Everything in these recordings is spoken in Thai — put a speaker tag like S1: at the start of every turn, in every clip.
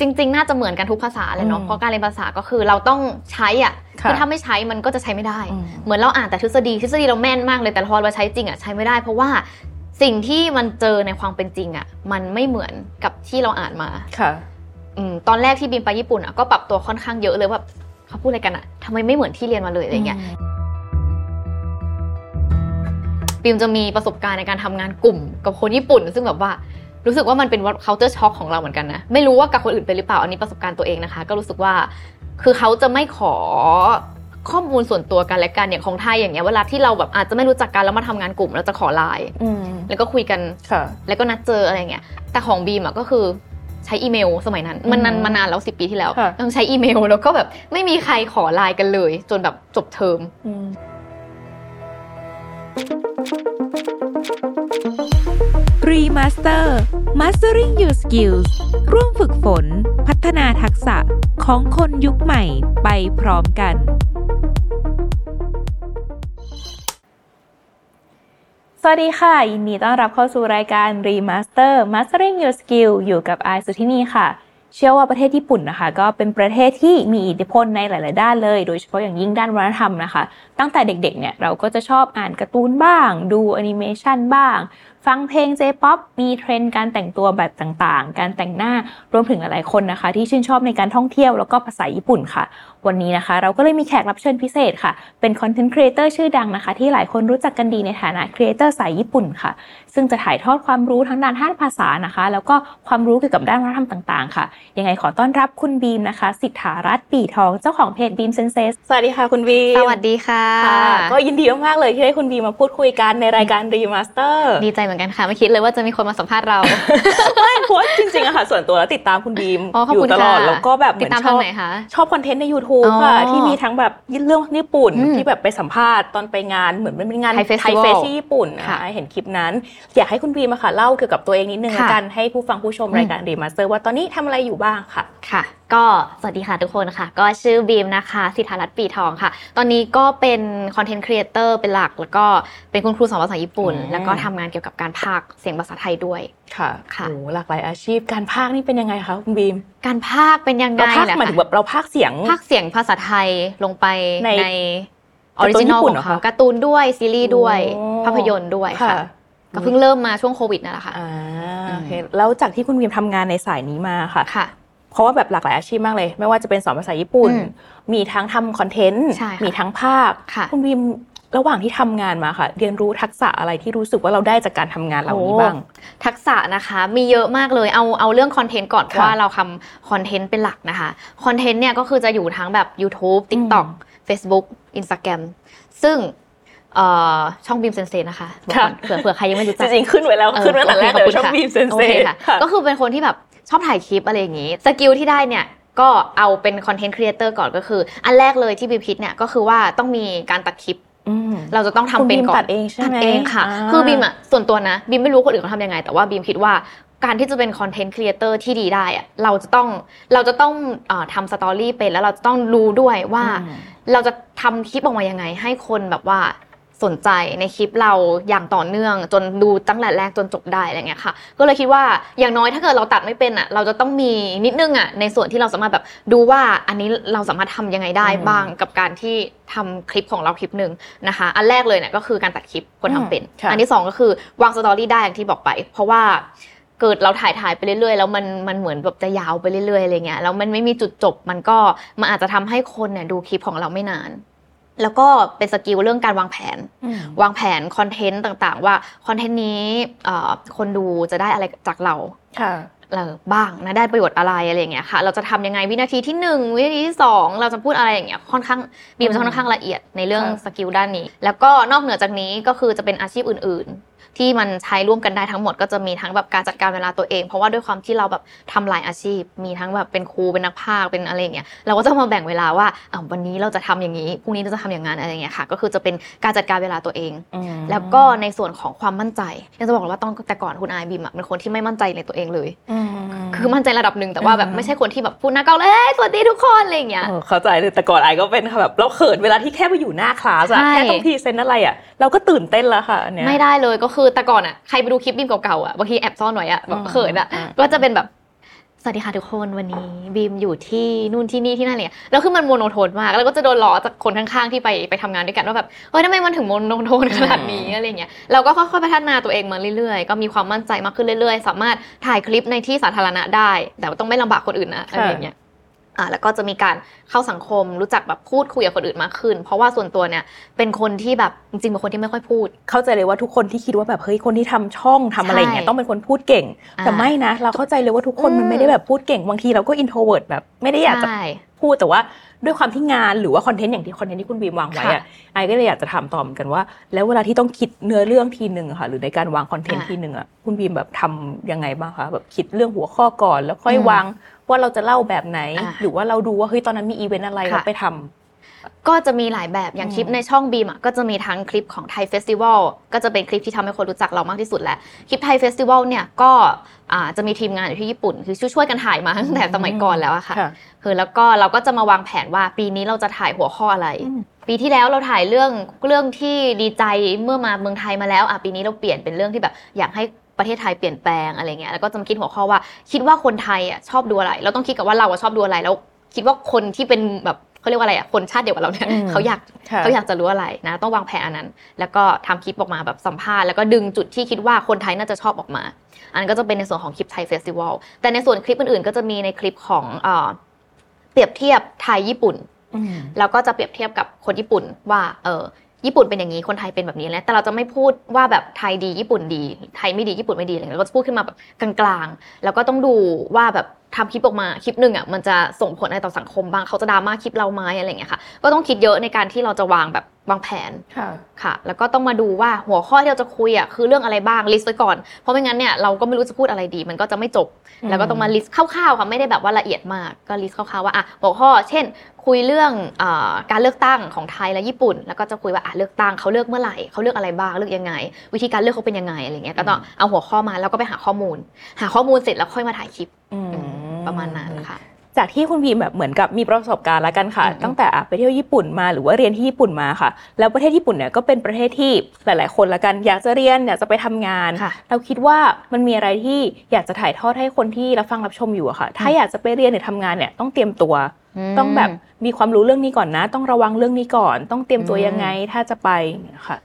S1: จริง ๆ น่าจะเหมือนกันทุกภาษาเลยเนาะ
S2: อืม
S1: เพราะการเรียนภาษาก็คือเราต้องใช้อ่ะ
S2: ค่ะ
S1: คือถ้าไม่ใช้มันก็จะใช้ไม่ได้
S2: อืม
S1: เหมือนเราอ่านแต่ทฤษฎีทฤษฎีเราแม่นมากเลยแต่พอเราใช้จริงอ่ะใช้ไม่ได้ เพราะว่าสิ่งที่มันเจอในความเป็นจริงอ่ะมันไม่เหมือนกับที่เราอ่านมา
S2: ค่ะ
S1: อมตอนแรกที่บินไปญี่ปุ่นอ่ะก็ปรับตัวค่อนข้างเยอะเลยว่าเขาพูดอะไรกันอ่ะทำไมไม่เหมือนที่เรียนมาเลยอะไรเงี้ยบิมจะมีประสบการณ์ในการทำงานกลุ่มกับคนญี่ปุ่น ซึ่งแบบว่ารู้สึกว่ามันเป็น culture shock ของเราเหมือนกันนะไม่รู้ว่ากับคนอื่นเป็นหรือเปล่าอันนี้ประสบการณ์ตัวเองนะคะ ก็รู้สึกว่า คือเขาจะไม่ขอข้อมูลส่วนตัวกันและกันอย่างของไทยอย่างเงี้ยเวลาที่เราแบบอาจจะไม่รู้จักกันแล้วมาทำงานกลุ่มเราจะขอไลน์
S2: อืม
S1: แล้วก็คุยกัน
S2: ค่ะ
S1: แล้วก็นัดเจออะไรเงี้ยแต่ของบีมอะก็คือใช้อีเมลสมัยนั้น มันนาน
S2: อืม
S1: มานานแล้วสิปีที่แล้ว
S2: ค่ะ
S1: ต้องใช้อีเมลแล้วก็แบบไม่มีใครขอไลน์กันเลย จนแบบจบเทอม
S2: อืม
S3: รีมาสเตอร์ Mastering Your Skills ร่วมฝึกฝน พัฒนาทักษะของคนยุคใหม่ไปพร้อมกัน
S4: สวัสดีค่ะ ยินดีต้อนรับเข้าสู่รายการ Remaster Mastering Your Skill อยู่กับไอายสุทธินีค่ะ เชื่อว่าประเทศญี่ปุ่นนะคะ ก็เป็นประเทศที่มีอิทธิพลในหลาย ๆ ด้านเลย โดยเฉพาะอย่างยิ่งด้านวัฒนธรรมนะคะ ตั้งแต่เด็ก ๆ เนี่ย เราก็จะชอบอ่านการ์ตูนบ้าง ดูแอนิเมชันบ้าง ฟังเพลง J-POP มีเทรนด์การแต่งตัวแบบต่าง ๆ การแต่งหน้ารวมถึงหลาย ๆ คนนะคะ ที่ชื่นชอบในการท่องเที่ยวแล้วก็ภาษาญี่ปุ่นค่ะ วันนี้นะคะ เราก็เลยมีแขกรับเชิญพิเศษค่ะ เป็นคอนเทนต์ครีเอเตอร์ชื่อดังนะคะ ที่หลายคนรู้จักกันดีในฐานะครีเอเตอร์สายญี่ปุ่นค่ะ ซึ่งจะถ่ายทอดความรู้ทั้งด้านด้านภาษานะคะ แล้วก็ความรู้เกี่ยวกับด้านวัฒนธรรมต่างๆ ค่ะ ยังไงขอต้อนรับคุณบีมนะคะ สิทธารัตน์ปีทองเจ้าของเพจบีมเซนเซส
S2: สวัสดีค่ะคุณวี
S1: สวัสดีค่ะ
S4: ค่ะก็ยินดีมากๆเลยที่ได้คุณบีมมาพูดคุยกันในรายการรีมาสเตอร์
S1: ดีใจเหมือนกันค่ะ ไม่คิดเลยว่าจะมีคนมาสัมภาษณ์เรา
S4: ไม่เพราะว่าจริงๆอะค่ะ ส่วนตัวแล้วติดตามคุณบีม
S1: อ๋อขอบ
S4: อยู่
S1: คุณ
S4: ตลอด
S1: ค่ะ
S4: แล้วก็แบบเห
S1: ติด
S4: มือน
S1: ตาม
S4: ช
S1: ทา
S4: อง บ
S1: ไหนคะ
S4: ชอบคอนเทนต์ใน YouTube ค่ะ
S1: อ๋อ
S4: ที่มีทั้งแบบเรื่องญี่ปุ่น
S1: อืม
S4: ที่แบบไปสัมภาษณ์ตอนไปงานเหมือนมันเป็นงาน
S1: Thai Festival
S4: เฟสที่ญี่ปุ่น
S1: ค่ะ
S4: อ่ะเห็นคลิปนั้น อยากให้คุณบีมอะค่ะ เล่าเกี่ยวกับตัวเองนิดนึงละกันให้ผู้ฟังผู้ชมรายการรีมาสเตอร์ว่าตอนนี้ทำอะไรอยู่บ้างค่ะ
S1: ค่ะ ก็สวัสดีค่ะทุกคนค่ะ ก็ชื่อบีมนะคะ สิทธารัตน์ปีทองค่ะ ตอนนี้ก็เป็นคอนเทนต์ครีเอเตอร์เป็นหลัก แล้วก็เป็นคุณครูสอนภาษาญี่ปุ่น
S4: อืม
S1: แล้วก็ทำงานเกี่ยวกับการพากย์เสียงภาษาไทยด้วย
S4: ค่ะ
S1: ค่ะ
S4: โอ้หลากหลายอาชีพการพากย์นี่เป็นยังไงคะคุณบีม
S1: การพากย์เป็นยังไง
S4: เราพากย์
S1: ล่ะ
S4: หมายถึงแบบเราพากย์เสียง
S1: พากย์เสียงภาษาไทยลงไป
S4: ใน
S1: ในออ
S4: การ์
S1: ริ
S4: ตูน
S1: จินอล
S4: ญี่ปุ่
S1: ขอ
S4: นเหรง อ
S1: เขา
S4: คะ
S1: การ์ตูนด้วยซีรีส์ด้วย
S4: โอ้
S1: ภาพยนตร์ด้วยค่ะ ก็เพิ่งเริ่มมาช่วงโควิดนั่นแหละค่ะ
S4: อ่าโอเคแล้วจากที่คุณบีมทำงานในสายนี้มาค่ะ
S1: ค่ะ
S4: เพราะว่าแบบหลากหลายอาชีพมากเลย ไม่ว่าจะเป็นสอนภาษาญี่ปุ่น
S1: อืม
S4: มีทั้งทำคอนเทนต์
S1: ใช่ค่ะ
S4: มีทั้งภาค
S1: ค่ะ
S4: ณบีมระหว่างที่ทำงานมาค่ะ เรียนรู้ทักษะอะไรที่รู้สึกว่าเราได้จากการทำงานเหล่านี้บ้าง
S1: ทักษะนะคะมีเยอะมากเลยเอาเอาเรื่องคอนเทนต์ก่อนเพราะ
S4: ค่ะ
S1: ว่าเราทำคอนเทนต์เป็นหลักนะคะคอนเทนต์เนี่ยก็คือจะอยู่ทั้งแบบ YouTube TikTok
S4: อื
S1: Facebook Instagram ซึ่งเอ่อช่องบีมเซนเซนะคะบอกก่อนเผื่อเผื่อใครยังไม่รู้
S4: จ
S1: จัก
S4: ริงๆขึ้นไว้แล้ว
S1: เออ
S4: ขึ้นไว้ตั้งแต่แรกเลย
S1: โคขบ
S4: ช่อ
S1: คุณ
S4: งบีมเซน
S1: โอ
S4: เซ่
S1: คค่ะ ก็คือเป็นคนที่แบบชอบถ่ายคลิปอะไรอย่างนี้ สกิลที่ได้เนี่ย ก็เอาเป็นคอนเทนต์ครีเอเตอร์ก่อนก็คือ อันแรกเลยที่บีมพิดเนี่ยก็คือว่าต้องมีการตัดคลิป
S4: อืม
S1: เราจะต้องทำ
S4: คุณ
S1: เป็
S4: บี
S1: น
S4: ม
S1: ก่อน
S4: ตัดเองใช่
S1: ตัด
S4: ไหม
S1: เองค่ะ
S4: า
S1: คือบีมอะส่วนตัวนะบีมไม่รู้คนอื่นเขาทำยังไง แต่ว่าบีมคิดว่าการที่จะเป็นคอนเทนต์ครีเอเตอร์ที่ดีได้อะเราจะต้องเราจะต้องเอ่อทำสตอรี่เป็นแล้วเราจะต้องรู้ด้วยว่า
S4: อืม
S1: เราจะทำคลิปออกมายังไง ให้คนแบบว่าสนใจในคลิปเราอย่างต่อเนื่อง จนดูตั้งแต่แรกจนจบได้อะไรเงี้ยค่ะ ก็เลยคิดว่าอย่างน้อยถ้าเกิดเราตัดไม่เป็นอะเราจะต้องมีนิดนึงอะในส่วนที่เราสามารถแบบดูว่าอันนี้เราสามารถทำยังไงได้
S4: อืม
S1: บ้างกับการที่ทำคลิปของเราคลิปหนึ่งนะคะ อันแรกเลยเนี่ยก็คือการตัดคลิปคนทำเป็น
S4: อืมค่ะ
S1: อันที่สองก็คือวางสตอรี่ได้อย่างที่บอกไป เพราะว่าเกิดเราถ่ายถ่ายไปเรื่อยๆ แล้วมันมันเหมือนแบบจะยาวไปเรื่อยๆอะไรเงี้ยแล้วมันไม่มีจุดจบมันก็มันอาจจะทำให้คนเนี่ยดูคลิปของเราไม่นาน แล้วก็เป็นสกิลเรื่องการวางแผน
S4: อืม
S1: วางแผนคอนเทนต์ต่างๆ ว่าคอนเทนต์นี้เอ่อคนดูจะได้อะไรจากเรา
S4: ค่ะ
S1: เอ่อบ้างนะได้ประโยชน์อะไรอะไรอย่างเงี้ยค่ะ เราจะทำยังไงวินาทีที่ 1 วินาทีที่ 2 เราจะพูดอะไรอย่างเงี้ยค่อนข้างบีมจะค่อนข้างละเอียดในเรื่อง
S4: ค่ะ
S1: สกิลด้านนี้ แล้วก็นอกเหนือจากนี้ก็คือจะเป็นอาชีพอื่น ๆ ที่มันใช้ร่วมกันได้ทั้งหมดก็จะมีทั้งแบบการจัดการเวลาตัวเอง เพราะว่าด้วยความที่เราแบบทำหลายอาชีพ มีทั้งแบบเป็นครูเป็นนักพากย์เป็นอะไรอย่างเงี้ยเราก็ต้องมาแบ่งเวลาว่าอ่ะวันนี้เราจะทำอย่างนี้พรุ่งนี้เราจะทำอย่างนั้นอะไรอย่างเงี้ยค่ะ ก็คือจะเป็นการจัดการเวลาตัวเอง
S4: อืม
S1: แล้วก็ในส่วนของความมั่นใจอยากจะบอกเลยว่าตอนแต่ก่อนคุณอายบีมอะเป็นคนที่ไม่มั่นใจในตัวเองเลย คือมั่นใจระดับหนึ่งแต่ว่าแบบ
S4: อืม
S1: ไม่ใช่คนที่แบบพูดหน้าเกาเลยเอ้ยสวัสดีทุกคนอะไรอย่างเงี้ย
S4: เออเข้าใจเลยแต่ก่อนไอก็เป็นค่ะแบบเราเขินเวลาที่แค่ไปอยู่หน้าคลาสอะ
S1: ใช่
S4: แค่ต้องพรีเซนต์อะไรอะเราก็ตื่นเต้นแล้วค่ะอันเนี้ย
S1: ไม่ได้เลยก็คือแต่ก่อนอ่ะใครไปดูคลิปบีมเก่าๆอ่ะบางทีแอบซ่อนหน่อยอ่ะแบบ
S4: อืม
S1: เขินอ่ะ
S4: อืม
S1: ก็จะเป็นแบบ สวัสดีค่ะทุกคนวันนี้บีมอยู่ที่นู่นที่นี่ที่นั่นอะไรเลยแล้วคือมันโมโนโทนมาก แล้วก็จะโดนล้อจากคนข้างๆที่ไปไปทำงานด้วยกันว่าแบบเฮ้ยทำไมมันถึงโมโนโทนขนาดนี้อะไรเงี้ยเราก็ค่อยๆพัฒนาตัวเองมาเรื่อยๆ ก็มีความมั่นใจมากขึ้นเรื่อยๆ สามารถถ่ายคลิปในที่สาธารณะได้ แต่ว่าต้องไม่ลำบากคนอื่นนะอะไรอย่างเงี้ยอ่าแล้วก็จะมีการเข้าสังคมรู้จักแบบพูดคุยกับคนอื่นมากขึ้น เพราะว่าส่วนตัวเนี่ยเป็นคนที่แบบจริงๆเป็นคนที่ไม่ค่อยพูด
S4: เข้าใจเลยว่าทุกคนที่คิดว่าแบบเฮ้ยคนที่ทำช่องทำอะไรอย่างเงี้ย
S1: ใช่
S4: ต้องเป็นคนพูดเก่ง
S1: อ่า
S4: แต่ไม่นะ เราเข้าใจเลยว่าทุกคน
S1: อืม
S4: มันไม่ได้แบบพูดเก่งบางทีเราก็อินโทรเวิร์ดแบบไม่ได้อยากจะ
S1: ใช่
S4: พูดแต่ว่าด้วยความที่งานหรือว่าคอนเทนต์อย่างที่คอนเทนต์ที่คุณบีมวางไว้อะ
S1: ค่ะ
S4: ไอก็เลยอยากจะถามต่อเหมอนกันว่า แล้วเวลาที่ต้องคิดเนื้อเรื่องทีหนึ่งอะค่ะหรือในการวางคอนเทนต์
S1: อ่า
S4: ทีหนึ่งอะคุณบีมแบบทำยังไงบ้างคะแบบคิดเรื่องหัวข้อก่อนแล้วค่อย
S1: อืม
S4: วางว่าเราจะเล่าแบบไหน
S1: อ่า
S4: หรือว่าเราดูว่าเฮ้ยตอนนั้นมีอีเวนต์อะไร
S1: ค่ะ
S4: เราไปทำ
S1: ก็จะมีหลายแบบอย่าง
S4: อืม
S1: คลิปในช่องบีมอ่ะก็จะมีทั้งคลิปของไทยเฟสติวัลก็จะเป็นคลิปที่ทำให้คนรู้จักเรามากที่สุดแหละ คลิปไทยเฟสติวัลเนี่ยก็อ่าจะมีทีมงานอยู่ที่ญี่ปุ่น คือช่วยๆกันถ่ายมาตั้งแต่สมัยก่อนแล้วอะค่ะ คือแล้วก็เราก็จะมาวางแผนว่าปีนี้เราจะถ่ายหัวข้ออะไร
S4: อืม
S1: ปีที่แล้วเราถ่ายเรื่องเรื่องที่ดีใจเมื่อมาเมืองไทยมาแล้วอ่ะปีนี้เราเปลี่ยนเป็นเรื่องที่แบบอยากให้ประเทศไทยเปลี่ยนแปลงอะไรเงี้ยแล้วก็จะมาคิดหัวข้อว่า คิดว่าคนไทยอ่ะชอบดูอะไร เราต้องคิดกับว่าเราอ่ะชอบดูอะไรแล้ว คิดว่าคนที่เป็นแบบเขาเรียกว่าอะไรอ่ะคนชาติเดียวกับเราเนี่ย
S4: อืม
S1: เขาอยาก
S4: ค่ะ
S1: เขาอยากจะรู้อะไรนะ ต้องวางแผนอันนั้น แล้วก็ทำคลิปออกมาแบบสัมภาษณ์แล้วก็ดึงจุดที่คิดว่าคนไทยน่าจะชอบออกมา อันนั้นก็จะเป็นในส่วนของคลิปไทยเฟสติวัลแต่ในส่วนคลิปอื่นๆ ก็จะมีในคลิปของเอ่อเปรียบเทียบไทยญี่ปุ่น แล้วก็จะเปรียบเทียบกับคนญี่ปุ่นว่าเออญี่ปุ่นเป็นอย่างนี้คนไทยเป็นแบบนี้แหละแต่เราจะไม่พูดว่าแบบไทยดีญี่ปุ่นดี ไทยไม่ดีญี่ปุ่นไม่ดีอะไรเงี้ยเราก็จะพูดขึ้นมาแบบกลางๆ แล้วก็ต้องดูว่าแบบทำคลิปออกมาคลิปหนึ่งอ่ะมันจะส่งผลอะไรต่อสังคมบ้างเขาจะดราม่าคลิปเราไหมอะไรเงี้ยค่ะก็ต้องคิดเยอะในการที่เราจะวางแบบวางแผน ค่ะแล้วก็ต้องมาดูว่าหัวข้อที่เราจะคุยอ่ะคือเรื่องอะไรบ้างลิสต์ไว้ก่อน เพราะไม่งั้นเนี่ยเราก็ไม่รู้จะพูดอะไรดี มันก็จะไม่จบ
S4: อืม
S1: แล้วก็ต้องมาลิสต์คร่าวๆค่ะไม่ได้แบบว่าละเอียดมากก็ลิสต์คร่าวๆว่าอ่ะหัวข้อ เช่น คุยเรื่องเออการเลือกตั้งของไทยและญี่ปุ่น แล้วก็จะคุยว่าอ่ะเลือกตั้งเขาเลือกเมื่อไหร่เขาเลือกอะไรบ้างเลือกยังไง วิธีการเลือกเขาเป็นยังไงอะไรเงี้ยก็ต้องเอาหัวข้อมาแล้วก็ไปหาข้อมูล หาข้อมูลเสร็จแล้วค่อยมาถ่ายคลิป
S4: อืม
S1: ประมาณนั้นค่ะ
S4: จากที่คุณพีมแบบเหมือนกับมีประสบการณ์ละกันค่ะ
S1: อืม
S4: ตั้งแต่อ่ะไปเที่ยวญี่ปุ่นมาหรือว่าเรียนที่ญี่ปุ่นมาค่ะ แล้วประเทศญี่ปุ่นเนี่ยก็เป็นประเทศที่หลาย ๆ คนละกัน อยากจะเรียนอยากจะไปทำงาน
S1: ค่ะ
S4: เราคิดว่ามันมีอะไรที่อยากจะถ่ายทอดให้คนที่รับฟังรับชมอยู่อะค่ะ ถ้า
S1: อืม
S4: อยากจะไปเรียนหรือทำงานเนี่ยต้องเตรียมตัว ต้องแบบมีความรู้เรื่องนี้ก่อนนะ ต้องระวังเรื่องนี้ก่อน ต้องเตรียมตัวยังไงถ้าจะไปอย่างเงี้ยค่ะ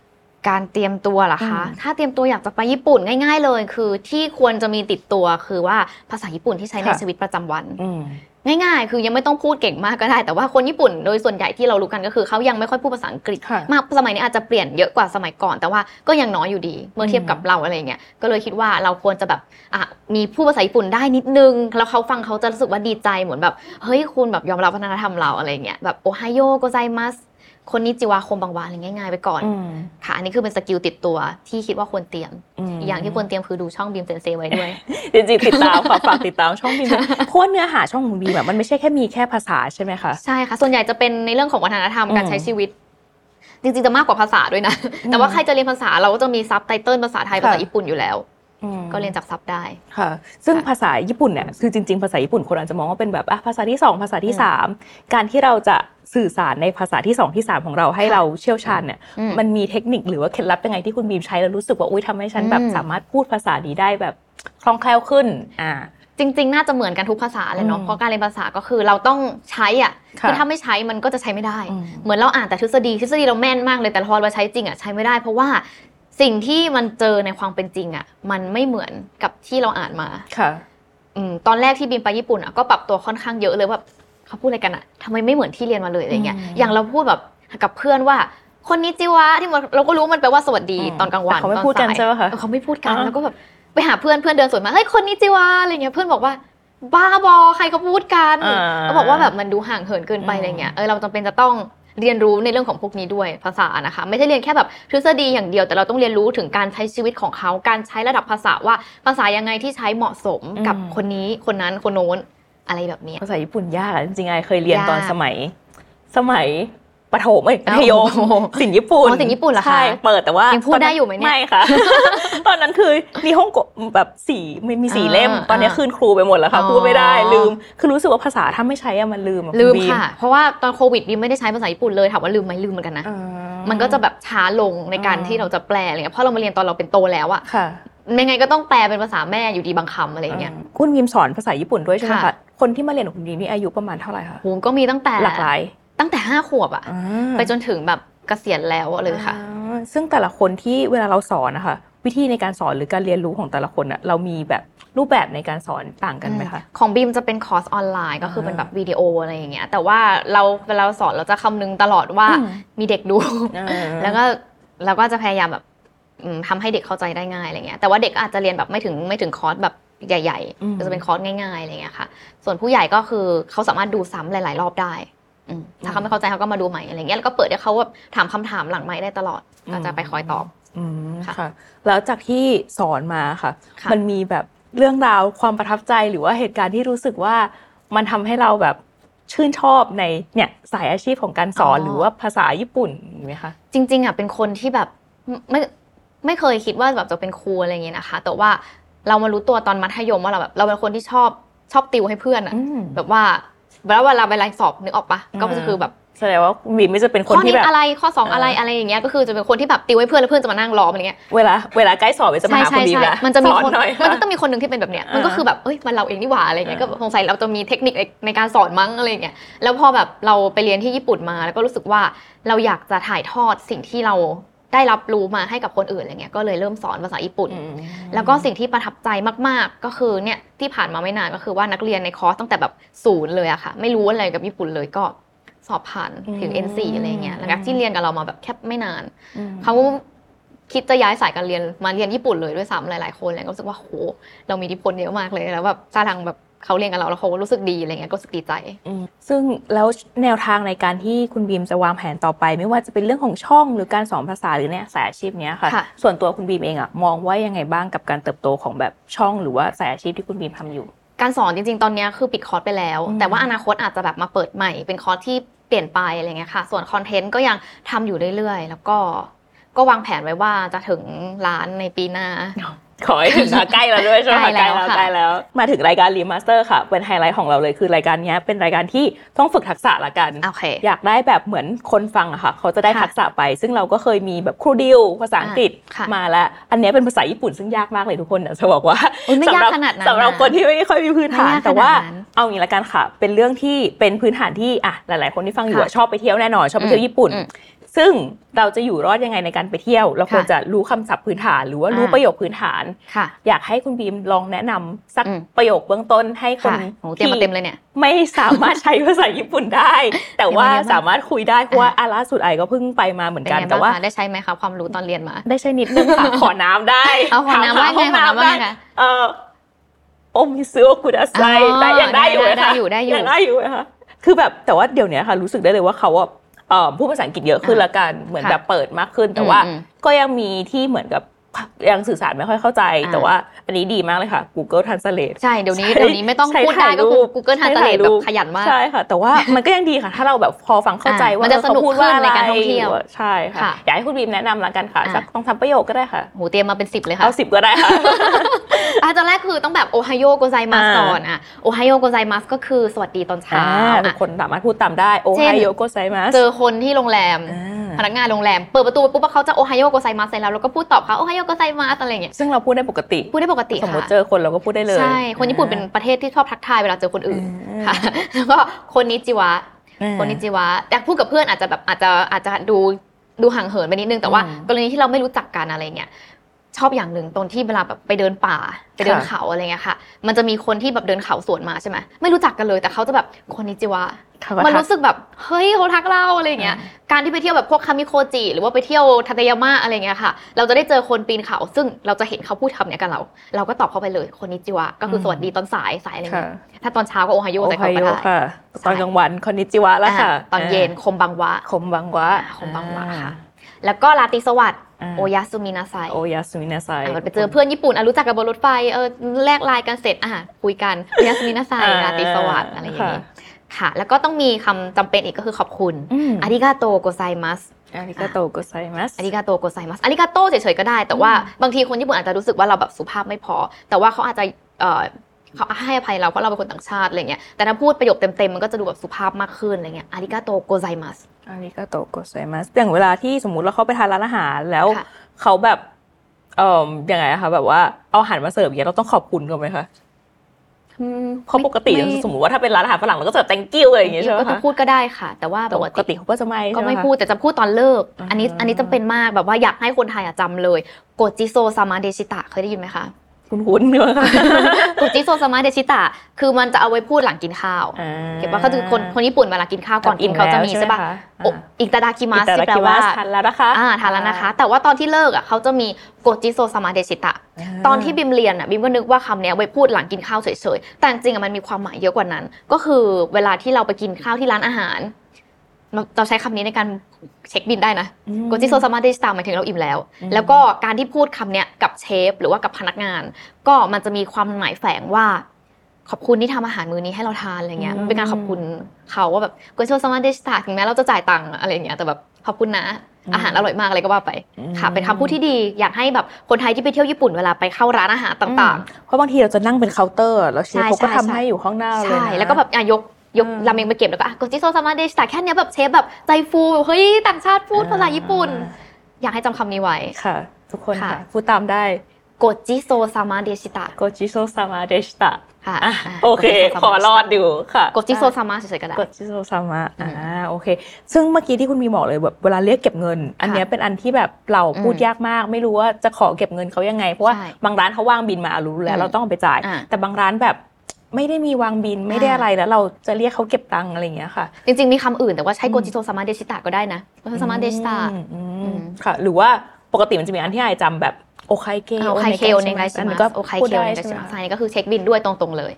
S1: การเตรียมตัวเหรอคะ
S4: อืม
S1: ถ้าเตรียมตัวอยากจะไปญี่ปุ่นง่าย ๆ เลย คือที่ควรจะมีติดตัวคือว่าภาษาญี่ปุ่นที่ใช้ใน
S4: ค่ะ
S1: ชีวิตประจำวัน
S4: อืม
S1: ง่ายๆ คือยังไม่ต้องพูดเก่งมากก็ได้ แต่ว่าคนญี่ปุ่นโดยส่วนใหญ่ที่เรารู้กันก็คือเขายังไม่ค่อยพูดภาษาอังกฤษ
S4: ค่ะ
S1: มากสมัยนี้อาจจะเปลี่ยนเยอะกว่าสมัยก่อน แต่ว่าก็ยังน้อยอยู่ดี เมื่อเทียบกับเราอะไรอย่างเงี้ย ก็เลยคิดว่าเราควรจะแบบอ่ะมีพูดภาษาญี่ปุ่นได้นิดนึง แล้วเขาฟังเขาจะรู้สึกว่าดีใจเหมือนแบบเฮ้ยคุณแบบยอมรับวัฒนธรรมเราอะไรอย่างเงี้ยแบบโอไฮโอโกไซมัสคนนี้จิวาคมบางวานอะไรง่ายๆไปก่อน
S4: อืม
S1: ค่ะ อันนี้คือเป็นสกิลติดตัวที่คิดว่าควรเตรียม
S4: ม
S1: อย่างที่ควรเตรียมคือดูช่องบีมเซนเซไว้ด้วย
S4: จริงๆติดตามค่ะฝากติดตามช่องบีมด้วยเพราะว่าเนื้อหาช่องของบีมอะมันไม่ใช่แค่มีแค่ภาษาใช่ไหมคะ
S1: ใช่ค่ะ ส่วนใหญ่จะเป็นในเรื่องของวัฒนธรรม
S4: อืม
S1: การใช้ชีวิต จริงๆ จะมากกว่าภาษาด้วยนะ แต่ว่าใครจะเรียนภาษาเราก็จะมีซับไตเติลภาษาไทย
S4: ค่ะ
S1: ภาษาญี่ปุ่นอยู่แล้ว
S4: อืม
S1: ก็เรียนจากซับได้
S4: ค่ะ ซึ่ง
S1: ค่ะ
S4: ภาษาญี่ปุ่นเนี่ยคือจริง ๆ ภาษาญี่ปุ่นคนอาจจะมองว่าเป็นแบบอ่ะภาษาที่สองภาษาที่
S1: อืม
S4: สามการที่เราจะสื่อสารในภาษาที่สองที่สามของเราให้
S1: ค่ะ
S4: เราเชี่ยวชาญเนี่ย
S1: อืม
S4: มันมีเทคนิคหรือว่าเคล็ดลับยังไงที่คุณบีมใช้แล้วรู้สึกว่าอุ้ยทำให้ฉันแบบ
S1: อืม
S4: สามารถพูดภาษานี้ได้แบบคล่องแคล่วขึ้นอ่า
S1: จริง ๆ น่าจะเหมือนกันทุกภาษาเลยเนาะ
S4: อืม
S1: เพราะการเรียนภาษาก็คือเราต้องใช้อ่ะ
S4: ค่ะ
S1: ถ้าไม่ใช้มันก็จะใช้ไม่ได้
S4: อืม
S1: เหมือนเราอ่านแต่ทฤษฎีทฤษฎีเราแม่นมากเลยแต่พอเราใช้จริงอ่ะใช้ไม่ได้ เพราะว่าสิ่งที่มันเจอในความเป็นจริงอ่ะมันไม่เหมือนกับที่เราอ่านมา
S4: ค่ะ
S1: อืมตอนแรกที่บินไปญี่ปุ่นอ่ะก็ปรับตัวค่อนข้างเยอะเลยว่าเขาพูดอะไรกันอ่ะทำไมไม่เหมือนที่เรียนมาเลยอะไรเงี้ย
S4: อืม
S1: อย่างเราพูดแบบกับเพื่อนว่า คนนี้จิวะที่มันเราก็รู้มันแปลว่าสวัสดี
S4: อืม
S1: ตอนกลางวัน
S4: แต่เขาไม่
S1: ตอ
S4: พูดกัน
S1: สาย
S4: ใช่ปะคะ
S1: เออเขาไม่พูดกัน
S4: อ่า
S1: แล้วก็แบบไปหาเพื่อนเพื่อนเดินสวนมาเฮ้ยคนนี้จิวะอะไรเงี้ยเพื่อนบอกว่าบ้าบอใครเขาพูดกันเขาบอกว่าแบบมันดูห่างเหินเกินไปอะไรเงี้ยเออเราจำเป็นจะต้องเรียนรู้ในเรื่องของพวกนี้ด้วยภาษานะคะ ไม่ใช่เรียนแค่แบบทฤษฎีอย่างเดียวแต่เราต้องเรียนรู้ถึงการใช้ชีวิตของเขาการใช้ระดับภาษาว่าภาษายังไงที่ใช้เหมาะสมกับ
S4: อืม
S1: คน คนนี้คนนั้นคนโน้นอะไรแบบเนี้ย
S4: ภาษาญี่ปุ่นยากอะจริงๆไอเคยเรียนตอน
S1: ยาก
S4: สมัย สมัยประถมเอ้ยมัธยม
S1: อ้าว
S4: สินญี่ปุ่น
S1: อ๋อสินญี่ปุ่นเหรอคะ
S4: ใช่เปิดแต่ว่าย
S1: งพูดได้อยู่ไหมเนี่ย
S4: ไม่ค่ะ ตอนนั้นคือมีห้องกบแบบสี่ไม่มีสี่
S1: อ่า
S4: เล่ม ตอนนี้
S1: อ่า
S4: คืนครูไปหมดแล้วค่ะ
S1: อ๋อ
S4: พูดไม่ได้ลืม คือรู้สึกว่าภาษาถ้าไม่ใช้อะมันลืมอะณ
S1: ลืม
S4: บี
S1: ค่ะ เพราะว่าตอนโควิดบีมไม่ได้ใช้ภาษาญี่ปุ่นเลยถามว่าลืมไหมลืมเหมือนกันนะ
S4: อ่า
S1: มันก็จะแบบช้าลงในการ
S4: อ่า
S1: ที่เราจะแปลอะไรเงี้ยเพราะเรามาเรียนตอนเราเป็นโตแล้วอะ
S4: ค่ะ
S1: ยังไงก็ต้องแปลเป็นภาษาแม่อยู่ดีบางคำอะไรอย่างเงี้ย
S4: อ่าคุณยิมสอนภาษาญี่ปุ่นด้วยใช่ไหม
S1: ค่ะ
S4: คะคนที่มาเรียนกับคุณยิมนี่อายุประมาณเท่าไหร่คะ
S1: โหก็มีตั้งแต่
S4: หลากหลาย
S1: ตั้งแต่ห้าขวบอะไปจนถึงแบบเกษียณแล้วอะเลยค่ะ
S4: อ่าซึ่งแต่ละคนที่เวลาเราสอนนะคะวิธีในการสอนหรือการเรียนรู้ของแต่ละคนอะเรามีแบบรูปแบบในการสอนต่างกันไหมคะ
S1: ของบีมจะเป็นคอร์สออนไลน์ก็คือ
S4: อ่า
S1: เป็นแบบวิดีโออะไรอย่างเงี้ยแต่ว่าเราเวลาเราสอนเราจะคำนึงตลอดว่า
S4: อืม
S1: มีเด็กดู
S4: อ่า
S1: แล้วก็เราก็จะพยายามแบบอืมทำให้เด็กเข้าใจได้ง่ายอะไรเงี้ยแต่ว่าเด็กอาจจะเรียนแบบไม่ถึงไม่ถึงคอร์สแบบใหญ่
S4: อืม
S1: ๆก็จะเป็นคอร์สง่ายๆอะไรเงี้ยค่ะ ส่วนผู้ใหญ่ก็คือเขาสามารถดูซ้ำหลาย ๆ รอบได้อืมถ้าเขาไม่เข้าใจเขาก็มาดูใหม่อะไรเงี้ยแล้วก็เปิดให้เขาแบบถามคำถามหลังไมค์ได้ตลอดก็จะไปคอยตอบ
S4: อืม
S1: ค่ะ
S4: ค่ะ แล้วจากที่สอนมาค่ะ
S1: ค่ะ
S4: มันมีแบบเรื่องราวความประทับใจหรือว่าเหตุการณ์ที่รู้สึกว่ามันทำให้เราแบบชื่นชอบในเนี่ยสายอาชีพของการสอนหรือว่าภาษาญี่ปุ่นมีไหมคะ
S1: จริงๆอ่ะเป็นคนที่แบบไม่ไม่เคยคิดว่าแบบจะเป็นครูอะไรอย่างเงี้ยนะคะ แต่ว่าเรามารู้ตัวตอนมัธยมว่าเราแบบเราเป็นคนที่ชอบชอบติวให้เพื่อนอ่ะแบบว่าแล้วเวลาเวลาสอบนึกออกปะก็
S4: อ่า
S1: จะคือแบบ
S4: แสดงว่าบีมไม่จะเป็นค
S1: ข้
S4: น
S1: อ
S4: ที่
S1: นี้
S4: แบบ
S1: อะไรข้อสองอะไร
S4: อ่า
S1: อะไรอย่างเงี้ยก็คือจะเป็นคนที่แบบติวให้เพื่อนแล้วเพื่อนจะมานั่งล้อมอะไรเงี้ย
S4: เวลาเวลาใกล้สอบไปจะมา
S1: ใช่
S4: หาคุ
S1: ใช่
S4: ณบีม
S1: ใช่
S4: แล้ว
S1: มันจะมี
S4: สอ
S1: คน
S4: หน่อย
S1: มันก็ต้องมีคนหนึ่งที่เป็นแบบเนี้ยมันก็คือแบบเอ้ยมันเราเองนี่หว่าอะไรเงี้ยก็แบบสงสัยเราจะมีเทคนิคในการสอนมั้งอะไรเงี้ยแล้วพอแบบเราไปเรียนที่ญี่ปุ่นมาแล้วก็รู้สึกว่าเราอยากจะถ่ายทอดสิ่งที่เรา ได้รับรู้มาให้กับคนอื่นอะไรเงี้ยก็เลยเริ่มสอนภาษาญี่ปุ่น แล้วก็สิ่งที่ประทับใจมาก ๆ ก็คือเนี่ยที่ผ่านมาไม่นานก็คือว่านักเรียนในคอร์สตั้งแต่แบบศูนย์เลยอะค่ะ ไม่รู้อะไรกับญี่ปุ่นเลยก็สอบผ่านถึง
S4: อืม
S1: N4 อะไรเงี้ยหลังจากที่เรียนกับเรามาแบบแค่ไม่นาน
S4: อืม
S1: เขาคิดจะย้ายสายการเรียนมาเรียนญี่ปุ่นเลยด้วยซ้ำหลาย ๆ คนเลยก็รู้สึกว่าโหเรามีอิทธิพลเยอะมากเลยแล้วแบบท่าทางแบบเขาเรียนกับเราแล้วเขารู้สึกดีอะไรเงี้ยก็รู้สึกดีใจ
S4: อืมซึ่งแล้วแนวทางในการที่คุณบีมจะวางแผนต่อไป ไม่ว่าจะเป็นเรื่องของช่องหรือการสอนภาษาหรือเนี่ยสายอาชีพเนี้ยค่ะ
S1: ค่ะ
S4: ส่วนตัวคุณบีมเองอะมองว่ายังไงบ้างกับการเติบโตของแบบช่องหรือว่าสายอาชีพที่คุณบีมทำอยู่
S1: การสอนจริงๆ ตอนเนี้ยคือปิดคอร์สไปแล้ว
S4: อืม
S1: แต่ว่าอนาคตอาจจะแบบมาเปิดใหม่ เป็นคอร์สที่เปลี่ยนไปอะไรเงี้ยค่ะ ส่วนคอนเทนต์ก็ยังทำอยู่เรื่อยๆ แล้วก็ก็วางแผนไว้ว่าจะถึงร้านในปีห น้า
S4: ขอให้ถึงนะ ใกล้แล้วด้วยใช่ไหมคะ
S1: ใกล้แล้วค่ะ
S4: ใกล้แล้ว มาถึงรายการรีมาสเตอร์ค่ะ เป็นไฮไลท์ของเราเลยคือรายการเนี้ยเป็นรายการที่ต้องฝึกทักษะละกัน
S1: โอเค
S4: อยากได้แบบเหมือนคนฟังอะค่ะ เขาจะได้
S1: ค่ะ
S4: ทักษะไป ซึ่งเราก็เคยมีแบบครูดิวภาษาอังกฤษ
S1: อ่ะค่ะ
S4: มาแล้ว อันเนี้ยเป็นภาษาญี่ปุ่นซึ่งยากมากเลยทุกคนเดี๋ยวจะบอกว่า
S1: โอ๊ยไม่ยาก
S4: สำหรับ
S1: ขนาดนั้นนะ
S4: สำหรับคนที่ไม่ได้ค่อยมีพื้นฐาน
S1: ไม่ยากขนาดนั้น
S4: แต่ว่าเอางี้ละกันค่ะ เป็นเรื่องที่เป็นพื้นฐานที่อ่ะหลาย ๆ คนที่ฟังอยู่อะ
S1: ค่ะ
S4: ชอบไปเที่ยวแน่นอนชอบไปเที่ยวญี่ปุ่น
S1: อืม
S4: ซึ่งเราจะอยู่รอดยังไงในการไปเที่ยว เราควร
S1: ค่ะ
S4: จะรู้คำศัพท์พื้นฐาน หรือว่ารู้
S1: อ่า
S4: ประโยคพื้นฐาน
S1: ค่ะ
S4: อยากให้คุณบีมลองแนะนำสัก
S1: อืม
S4: ประโยคเบื้องต้นให้คน
S1: ค่ะโหเตรียมมา
S4: ที่
S1: เต็มเลยเนี่ย
S4: ไม่สามารถใช้ภาษาญี่ปุ่นได้ แต่ว่า
S1: เรียนมาเยอะมาก
S4: สามารถคุยได้เพราะว่าอาล่าสุดไอก็เพิ่งไปมาเหมือน
S1: เป็น
S4: กัน
S1: ไง
S4: แต่
S1: บ้าง
S4: ว่า
S1: คะได้ใช้ไหมคะความรู้ตอนเรียนมา
S4: ได้ใช้นิดนึงค่ะ ขอน้ำได้
S1: เอาของน้ำว่า
S4: ถมห
S1: ไงของน้ำว่าไง
S4: ได้
S1: คะ
S4: เอ่อโอมิซึโอกุดาไซ
S1: อ๋อ
S4: ได้ยังได้อยู่
S1: ได้
S4: นะ
S1: ได้
S4: คะ
S1: ได้อยู่ได้อยู่
S4: งได้อยู่นะคะคือแบบแต่ว่าเดี๋ยวเนี้ยค่ะ รู้สึกได้เลยว่าเขาอะเอ่อพูดภาษาอังกฤษเยอะขึ้นละกันเหมือน
S1: ค่ะ
S4: แบบเปิดมากขึ้น แต่
S1: อืม
S4: ว่า
S1: อืม
S4: ก็ยังมีที่เหมือนกับยังสื่อสารไม่ค่อยเข้าใจ
S1: อ่า
S4: แต่ว่าอันนี้ดีมากเลยค่ะ Google Translate
S1: ใช่เดี๋ยวนี้
S4: ใช่
S1: เดี๋ยวนี้ไม่ต้อง
S4: ใช้
S1: พูดได้
S4: ถ่าย
S1: ก็คือ
S4: รูป
S1: Google
S4: ใช้
S1: Translate
S4: ถ่าย
S1: แบ
S4: รู
S1: บ
S4: ป
S1: ขยันมาก
S4: ใช่ค่ะ แต่ ว่า มันก็ยังดีค่ะ ถ้าเราแบบพอฟังเข้าใจ
S1: อ่ะ
S4: ว่า
S1: มันจะ
S4: เออเขาพูด
S1: ส
S4: ว่า
S1: นุกขึ้น
S4: อะไร
S1: ในการท่องเที่ยว
S4: ใช่ค่ะ
S1: ค่ะ
S4: อยากให้คุณบีมแนะนำละกันค่ะ
S1: อ่ะ
S4: สักต้องทำประโยคก็ได้ค่ะ
S1: โหเตรียมมาเป็นสิบเลยค่ะ
S4: เอาสิบก็ได้ค่ะ
S1: อ่ะตอนแรกคือต้องแบบโอไฮโอโกไซมาส
S4: อ่า
S1: ก่อนอ่ะโอไฮโอโกไซมาสก็คือสวัสดีตอนเช้า
S4: อ่าทุก
S1: อ่ะ
S4: คนสามารถพูดตามได้ โอ
S1: เช่
S4: ไฮ
S1: น
S4: โยโกไซมัส
S1: เจอคนที่โรงแรม
S4: า
S1: พนักงานโรงแรม เปิดประตูไปปุ๊บว่าเขาจะโอไฮโอโกไซมาสใส่แล้วเราก็พูดตอบเขาโอไฮโอโกไซมาสอะไรอย่างเงี้ย
S4: ซึ่งเราพูดได้ปกติ
S1: พูดได้ปกติ
S4: สมมติ
S1: ค่ะ
S4: เจอคนเราก็พูดได้เลย
S1: ใช่ คนญี่ปุ่นเป็นประเทศที่ชอบทักทายเวลาเจอคนอื่น
S4: อ่า
S1: ค่ะ แล้วก็คนนิจิวะ
S4: อ่า
S1: คนนิจิวะอยากพูดกับเพื่อนอาจจะแบบอาจจะอาจจะดูดูห่างเหินไปนิดนึงแต่ว่า
S4: อืม
S1: กรณีที่เราไม่รู้จักกันอะไรเงี้ยชอบอย่างหนึ่งตรงที่เวลาแบบไปเดินป่าไปเดิน
S4: ค่ะ
S1: เขาอะไรเงี้ยค่ะ มันจะมีคนที่แบบเดินเขาสวนมาใช่ไหมไม่รู้จักกันเลยแต่เขาจะแบบคนนิจิวะ
S4: เขาก็
S1: มัน
S4: ทัก
S1: รู้สึกแบบเฮ้ยเขาทักเราอะไรอย่างเงี้ย การที่ไปเที่ยวแบบพวกคามิโคจิหรือว่าไปเที่ยวทากายามะอะไรเงี้ยค่ะ เราจะได้เจอคนปีนเขาซึ่งเราจะเห็นเขาพูดคำเนี้ยกับเรา เราก็ตอบเข้าไปเลยคนนิจิวะก็คือ
S4: ม
S1: สวัสดีตอนสายสายอะไร
S4: ค่ะ
S1: เงี้ยถ้าตอนเช้าก็โอไฮโอ
S4: โอ
S1: ใส่
S4: ไฮ
S1: เข้าไป
S4: โย
S1: ได้
S4: ค่ะ ตอนกลางวันคอนนิจิวะแล้ว
S1: อ่า
S4: ค่ะ
S1: ตอนเย็นคมบังวะ
S4: คมบังวะ
S1: คมบังวะค่ะ แล้วก็ราตรีสวัสดิ์
S4: า
S1: โอยาสุมินาไซ
S4: โอยาสุมินาไซ
S1: อ่ะมันไปเจอเพื่อนญี่ปุ่นอ่ะรู้จักกันบนรถไฟเออแลกไลน์กันเสร็จอ่ะคุยกันโอยาสุมินาไซ
S4: อ่า
S1: ราตรีสวัสดิ์อะไรอย่างงี้
S4: ค่ะ
S1: ค่ะ แล้วก็ต้องมีคำจำเป็นอีกก็คือขอบคุณ
S4: อืม
S1: อาริกาโตโกไซมัส
S4: อาริกาโตโกไซมัส
S1: อาริกาโตโกไซมัสอาริกาโตเฉยๆก็ได้ แต่ว่าบางทีคนญี่ปุ่นอาจจะรู้สึกว่าเราแบบสุภาพไม่พอ แต่ว่าเขาอาจจะเอ่อเขาให้อภัยเราเพราะเราเป็นคนต่างชาติอะไรเงี้ย แต่ถ้าพูดประโยคเต็มๆ มันก็จะดูแบบสุภาพมากขึ้นอะไรเงี้ยอาริกาโตโกไซมัส
S4: อาริกาโตโกไซมัสอย่างเวลาที่สมมุติเราเข้าไปทานร้านอาหารแล้ว
S1: ค่ะ
S4: เขาแบบ เอ่อยังไงอะคะแบบว่าเอาอาหารมาเสิร์ฟอย่างเงี้ยเราต้องขอบคุณเขาไหมคะ
S1: อืม
S4: เพราะปกติ
S1: ไม่
S4: สมมติว่าถ้าเป็นร้านอาหารฝรั่งเราก็จะแบบ thank you อะไรอย่างเงี้ยใช่ไหม
S1: ก็จะ
S4: คะ
S1: พูดก็ได้ค่ะ แต่ว่า
S4: แต่
S1: ป
S4: ป
S1: ก
S4: ก
S1: ติ
S4: ติเขาก็จะไม่
S1: ก็ไม่
S4: ใช่หคะ
S1: พูดแต่จะพูดตอนเลิก
S4: อ่า
S1: อันนี้อันนี้จำเป็นมากแบบว่าอยากให้คนไทยอะจำเลยโกจิโซซามาเดชิตะเคยได้ยินไหมคะ
S4: คุณคุ้นเนื้อค่ะ
S1: โกจิโซซามาเดชิตะ คือมันจะเอาไว้พูดหลังกินข้าว
S4: อ่
S1: เก็บว่าเขาคือคนคนญี่ปุ่นเวลากินข้าวก่อนกินเขาจะมีใช่ปะโออิตาดากิ
S4: มา
S1: มาส
S4: สิ
S1: ที่
S4: แป
S1: แป
S4: ล
S1: ล
S4: ว่า
S1: ว่า
S4: ทานแล้วนะคะ
S1: อ่าทานแล้วนะคะ แต่ว่าตอนที่เลิกอ่ะเขาจะมีโกจิโซซามาเดชิตะ ตอนที่บิมเรียนอ่ะบิมก็นึกว่าคำเนี้ยไว้พูดหลังกินข้าวเฉยๆ แต่จริงๆอ่ะมันมีความหมายเยอะกว่านั้น ก็คือเวลาที่เราไปกินข้าวที่ร้านอาหาร เราใช้คำนี้ในการเช็คบินได้นะโกจิโซซามาเดชิตะหมายถึงเราอิ่มแล้ว
S4: อืม
S1: แล้วก็การที่พูดคำเนี้ยกับเชฟหรือว่ากับพนักงาน ก็มันจะมีความหมายแฝงว่า ขอบคุณที่ทำอาหารมื้อนี้ให้เราทานอะไรเงี้ย
S4: อืม
S1: มันเป็นการขอบคุณเขาว่าแบบโกจิโซซามาเดชิตะถึงแม้เราจะจ่ายตังค์อะไรอย่างเงี้ยแต่แบบขอบคุณนะ อาหารอร่อยมากอะไรก็ว่าไป ค่ะเป็นคำพูดที่ดีอยากให้แบบคนไทยที่ไปเที่ยวญี่ปุ่นเวลาไปเข้าร้านอาหารต่าง
S4: เพราะบางทีเราจะนั่งเป็นเคาน์เตอร์แล้วเชฟ
S1: ใช่
S4: เขาก็
S1: ใช่
S4: ทำ
S1: ใช่
S4: ให้อยู่ข้างหน้า
S1: ๆ
S4: เลย
S1: ใช่
S4: นะ
S1: แล้วก็แบบอ่ะยกยก
S4: อืม
S1: ราเมงไปเก็บแล้วก็อ่ะกจิโซซามาเดชแต่แค่เนี้ยแบบเชฟแบบใจฟูเฮ้ยต่างชาติพูดภาษาญี่ปุ่น
S4: อ่า
S1: อยากให้จำคำนี้ไว้
S4: ค่ะ ทุกคน
S1: ค่ะ
S4: ค่ะพูดตามได้
S1: โกจิโซซามาเดชิตะ
S4: โกจิโซซามาเดชิตะ
S1: ค่ะ
S4: อ่ะ
S1: ะ
S4: โอเค ขอรอดอยู่ค่ะ
S1: โกจิโซซามาเฉยๆก็ได้
S4: กดจิโซซามะ
S1: อื
S4: อ่าม โอเค ซึ่งเมื่อกี้ที่คุณมีบอกเลยแบบเวลาเรียกเก็บเงิน อันเนี้ยเป็นอันที่แบบเราพูด
S1: อืม
S4: ยากมาก ไม่รู้ว่าจะขอเก็บเงินเขายังไง เพราะว่า
S1: ใช่
S4: บางร้านเขาวางบินมารู้แล้
S1: อืม
S4: วเราต้องเอาไปจ่าย
S1: อ่า
S4: แต่บางร้านแบบไม่ได้มีวางบินไม่ได้
S1: อ่า
S4: อะไรแล้วเราจะเรียกเขาเก็บตังค์อะไรอย่างเงี้ยค่ะ
S1: จริงๆมีคำอื่นแต่ว่าใช้
S4: อืม
S1: โกจิโซซามาเดชิตะก็ได้นะโกจิโซซามาเดชิตะ
S4: อืมอืม
S1: อืม
S4: ค่ะ หรือว่าปกติมันจะมีอันที่ไอจำแบบโอไคเกะ
S1: าโอไคเคโอเนไง
S4: ใช่
S1: ชิ
S4: หม
S1: มั
S4: น
S1: ส
S4: ก็
S1: โอไค
S4: พูด
S1: เคโอ
S4: ได้
S1: เนไง
S4: ใช่
S1: ชิ
S4: ไหม
S1: มัสอั
S4: คะ
S1: นนี้ก็คือเช็คบินด้วยตรงๆเลย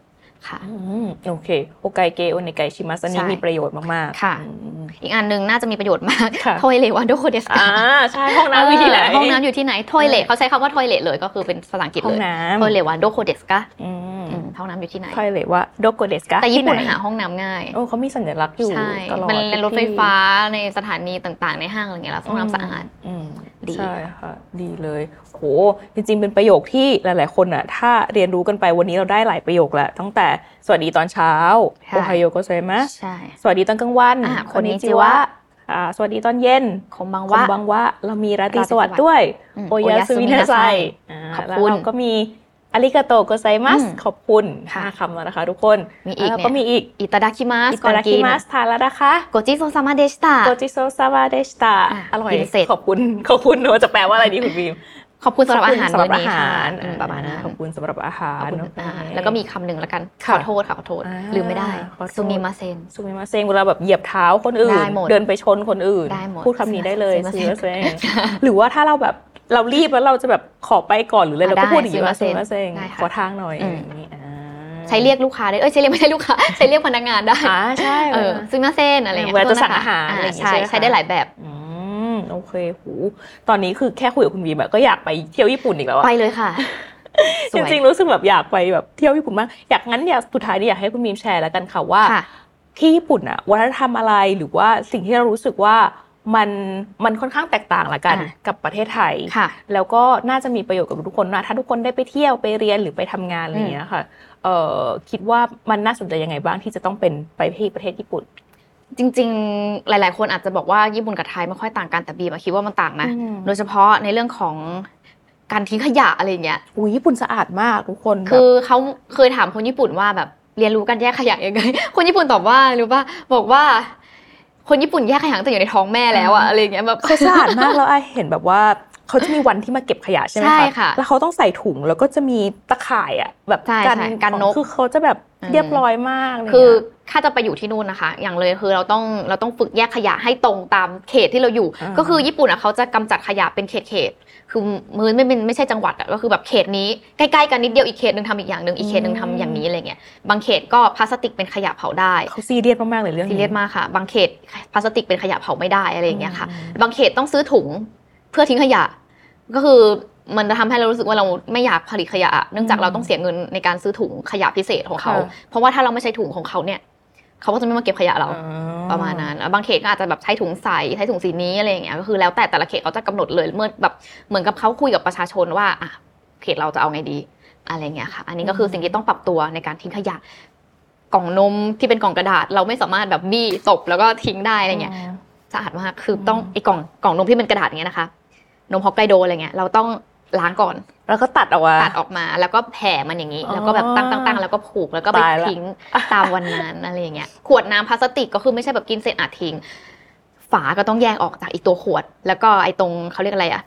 S1: ค่ะ
S4: อืมโอเคโอไกเกโอเนไกชิมัสอันนี้
S1: ใช่
S4: มีประโยชน์มากๆ
S1: ค่ะ
S4: อืม
S1: อีกอันหนึงน่าจะมีประโยชน์มาก
S4: ค่ะ
S1: ทอยเลวาโดโคเดสกา
S4: อ่าใช่ห้องน้ำมีที่ไหน
S1: เออห้องน้ำอยู่ที่ไหนทอยเลทเขาใช้คำว่าทอยเลทเลยก็คือเป็นภาษาอังกฤษ
S4: ห้
S1: เล
S4: อง
S1: ย
S4: น้ำ
S1: ทอยเลวันโดโคเดสกะ
S4: อืม
S1: ห้องน้ำอยู่ที่ไหน
S4: ค่อยเลยว่าโดโกเดสกา
S1: แต่ญี่ปุ่นหาห้องน้ำง่าย
S4: โอ้เขามีสัญลักษณ์อยู่
S1: ใช่
S4: ตลอด
S1: มันเป็นรถไฟ
S4: ทุกที่
S1: ฟ้าในสถานีต่างๆ ในห้างอะไรเงี้ยแล้วห้องน้ำสะอาด
S4: อืม
S1: ดี
S4: ใช่ค่ะ ดีเลยโหจริง ๆ เป็นประโยคที่หลาย ๆ คนอ่ะ ถ้าเรียนรู้กันไปวันนี้เราได้หลายประโยคแล้วตั้งแต่สวัสดีตอนเช้า
S1: ใช่
S4: โอไฮโยโกเซมะ
S1: ใช่
S4: สวัสดีตอนกลางวัน
S1: อ่า
S4: อน
S1: คนนิจิวะ
S4: อ่าสวัสดีตอนเย็น
S1: คมบัง
S4: คุ
S1: ว่า
S4: ณบังว่าเรามีราตรี
S1: ราตรี
S4: ส
S1: สวั
S4: วัส
S1: สดิ์
S4: ดิ์ด้วย
S1: อืม
S4: โอยาสุมินาไซา
S1: ขอบ
S4: แล้ว
S1: คุณ
S4: เราก็มีอาริกาโตโกไซมัส
S1: อืม
S4: ขอบคุณ
S1: ค่ะ
S4: ห้าคำแล้วนะคะทุกคน
S1: มีอีก
S4: แล้ว
S1: เนี่ย
S4: ก็มีอีก
S1: อิตาดาคิมัส
S4: อิ
S1: ก่
S4: ตา
S1: อน
S4: รา
S1: กิ
S4: คิ
S1: น
S4: มัสทานแล้วนะคะ
S1: โกจิโซซามาเดชิตะ
S4: โกจิโซซาวาเดชตา
S1: อ่ะ
S4: อร่อย
S1: กินเสร็จ
S4: ขอบคุณ ขอบคุณว่าจะแปลว่าอะไรดีคุณบีม
S1: ขอบคุณสำหรับอาหาร
S4: ขบ
S1: มื้อ
S4: คุณสำห
S1: นี้ค่ะ
S4: อ่
S1: อืมประมาณนั้น
S4: ขอบคุณสำหรับอาหาร
S1: ขอบคุณ
S4: โอเค
S1: อ่าแล้วก็มีคำหนึ่งละกันข
S4: ค่ะ
S1: อโทษค่ะขอโทษ
S4: อ่า
S1: ลืมไม่ได้
S4: ขอโทษ
S1: ซูมิมาเซน
S4: สุมิมาเซงเวลาแบบเหยียบเท้าคนอื่น
S1: ได้หมด
S4: เดินไปชนคนอื่น
S1: ได้หมด
S4: พูดคำนี้ได้เลย
S1: สุ
S4: สุ
S1: มิ
S4: มิมา
S1: มา
S4: เซ
S1: เซ็
S4: ง
S1: ง
S4: หรือว่าถ้าเราแบบเรารีบแล้วเราจะแบบขอไปก่อนหรืออะไรเรา
S1: อ่ะ
S4: ก็
S1: ได้
S4: พูดอย่างนี้ว่า
S1: สุ
S4: สุ
S1: มิ
S4: มิมา
S1: มาเซ็ง
S4: เซง
S1: ได้ค่ะ
S4: ขอทางหน่อย
S1: อืม
S4: อย่างนี้อ่า
S1: ใช้เรียกลูกค้าได้เอ้ยใช้เรียกไม่ใช่ลูกค้า ใช้เรียกพนักงานได้
S4: อ่าใช่
S1: เออซึ่งหน้าเส้นอะไรงี้ย
S4: เวลาจะสั่งอาหารอะไรอย่างเงี้ย
S1: ใช่
S4: ใช่ไหมคะ
S1: ใช้ได้หลายแบบ
S4: อืมโอเคหูตอนนี้คือแค่คุยกับคุณวีแบบก็อยากไปเที่ยวญี่ปุ่นอีกแล้วอะ
S1: ไปเลยค่ะ ส
S4: จ
S1: วย
S4: ริงๆรู้สึกแบบอยากไปแบบเที่ยวญี่ปุ่นมากอยากงั้นอยากสุดท้ายนี่อยากให้คุณมีมแชร์แล้วกันค่ะว่า
S1: ค่ะ
S4: ที่ญี่ปุ่นอะวัฒนธรรมอะไรหรือว่าสิ่งที่เรารู้สึกว่ามันมันค่อนข้างแตกต่างละกัน
S1: อ่ะ
S4: กับประเทศไทย
S1: ค่ะ
S4: แล้วก็น่าจะมีประโยชน์กับทุกคนนะถ้าทุกคนได้ไปเที่ยวไปเรียนหรือไปทำงานอะไรอย่างเงี้ยค่ะเอ่อคิดว่ามันน่าสนใจยังไงบ้างที่จะต้องเป็นไปที่ประเทศญี่ปุ่น
S1: จริง ๆ หลาย ๆ คนอาจจะบอกว่าญี่ปุ่นกับไทยไม่ค่อยต่างกันแต่บีมอะคิดว่ามันต่างนะ
S4: อืม
S1: โดยเฉพาะในเรื่องของการทิ้งขยะอะไรอย่างเงี้ย
S4: อุ้ยญี่ปุ่นสะอาดมากทุกคนแบบ
S1: คือเขาเคยถามคนญี่ปุ่นว่าแบบเรียนรู้การแยกขยะยังไง คนญี่ปุ่นตอบว่ารู้ป่ะบอกว่า คนญี่ปุ่นแยกขยะตั้งแต่อยู่ในท้องแม่แล้วอะอะไรอย่างเงี้ยแบบ
S4: เขาสะอาดมากแล้วไอเห็นแบบว่าเขาจะมีวันที่มาเก็บขยะใช่ไหม
S1: ใช่
S4: คะ
S1: ค่ะ
S4: แล้วเขาต้องใส่ถุงแล้วก็จะมีตะข่ายอ่ะแบบ
S1: ใช่ใช่กันนก
S4: คือเขาจะแบบ
S1: อืม
S4: เรียบร้อยมากเลยะ
S1: คือถ้าจะไปอยู่ที่นู่นนะคะ อย่างเลยคือเราต้องเราต้องฝึกแยกขยะให้ตรงตามเขตที่เราอยู่
S4: อ่า
S1: ก็คือญี่ปุ่นอ่ะเขาจะกำจัดขยะเป็นเขตเขตๆคือมือไม่เป็นไม่ใช่จังหวัดอ่ะก็คือแบบเขตนี้ใกล้ๆกันนิดเดียวอีกเขตหนึ่งทำอีกอย่างหนึ่งอีกเขตหนึ่งทำอย่างนี้อะไรเงี้ยบางเขตก็พลาสติกเป็นขยะเผาได้
S4: เขาซีเรียสมากๆเลยเรื่อง
S1: ซี
S4: นี้
S1: เรียสมากค่ะ บางเขตพลาสติกเป็นขยะเผาไม่ได้อะไรอย่างเงี้ยค่ะ
S4: อืม
S1: บางเขตต้องซื้อถุงเพื่อทิ้งขยะ ก็คือมันจะทำให้เรารู้สึกว่าเราไม่อยากผลิตขยะอะเนื่องจากเราต้องเสียเงินในการซื้อถุงขยะพิเศษของเขา
S4: ค่ะ
S1: เพราะว่าถ้าเราไม่ใช้ถุงของเขาเนี่ย เขาก็จะไม่มาเก็บขยะเรา
S4: อ๋อ
S1: ประมาณนั้นแล้วบางเขตก็อาจจะแบบใช้ถุงใสใช้ถุงสีนี้อะไรอย่างเงี้ยก็คือแล้วแต่แต่ละเขตเขาจะกำหนดเลยเมื่อแบบเหมือนกับเขาคุยกับประชาชนว่าอ่ะเขตเราจะเอาไงดีอะไรเงี้ยค่ะ อันนี้ก็คือสิ่งที่ต้องปรับตัวในการทิ้งขยะ กล่องนมที่เป็นกล่องกระดาษ เราไม่สามารถแบบบี้ตบแล้วก็ทิ้งได้อะไรเงี้ย สะอาดมาก คือต้องไอ้กล่องกล่องนมที่เป็นกระดาษอย่างเงี้ยนะคะ นมฮอกไกโดอะไรเงี้ย เราต้อง ล้างก่อน
S4: แล้วก็ตัดออกมา
S1: ตัดออกมาแล้วก็แผ่มันอย่างนี้
S4: อ๋อ
S1: แล้วก็แบบตั้งตั้งตั้งแล้วก็ผูกแล้วก็ไป
S4: ตายละ
S1: ทิ้งตามวันนั้นอะไรอย่างเงี้ย ขวดน้ำพลาสติกก็คือไม่ใช่แบบกินเสร็จอาจทิ้ง ฝาก็ต้องแยกออกจากไอีตัวขวด แล้วก็ไอ้ตรงเขาเรียกอะไรอะ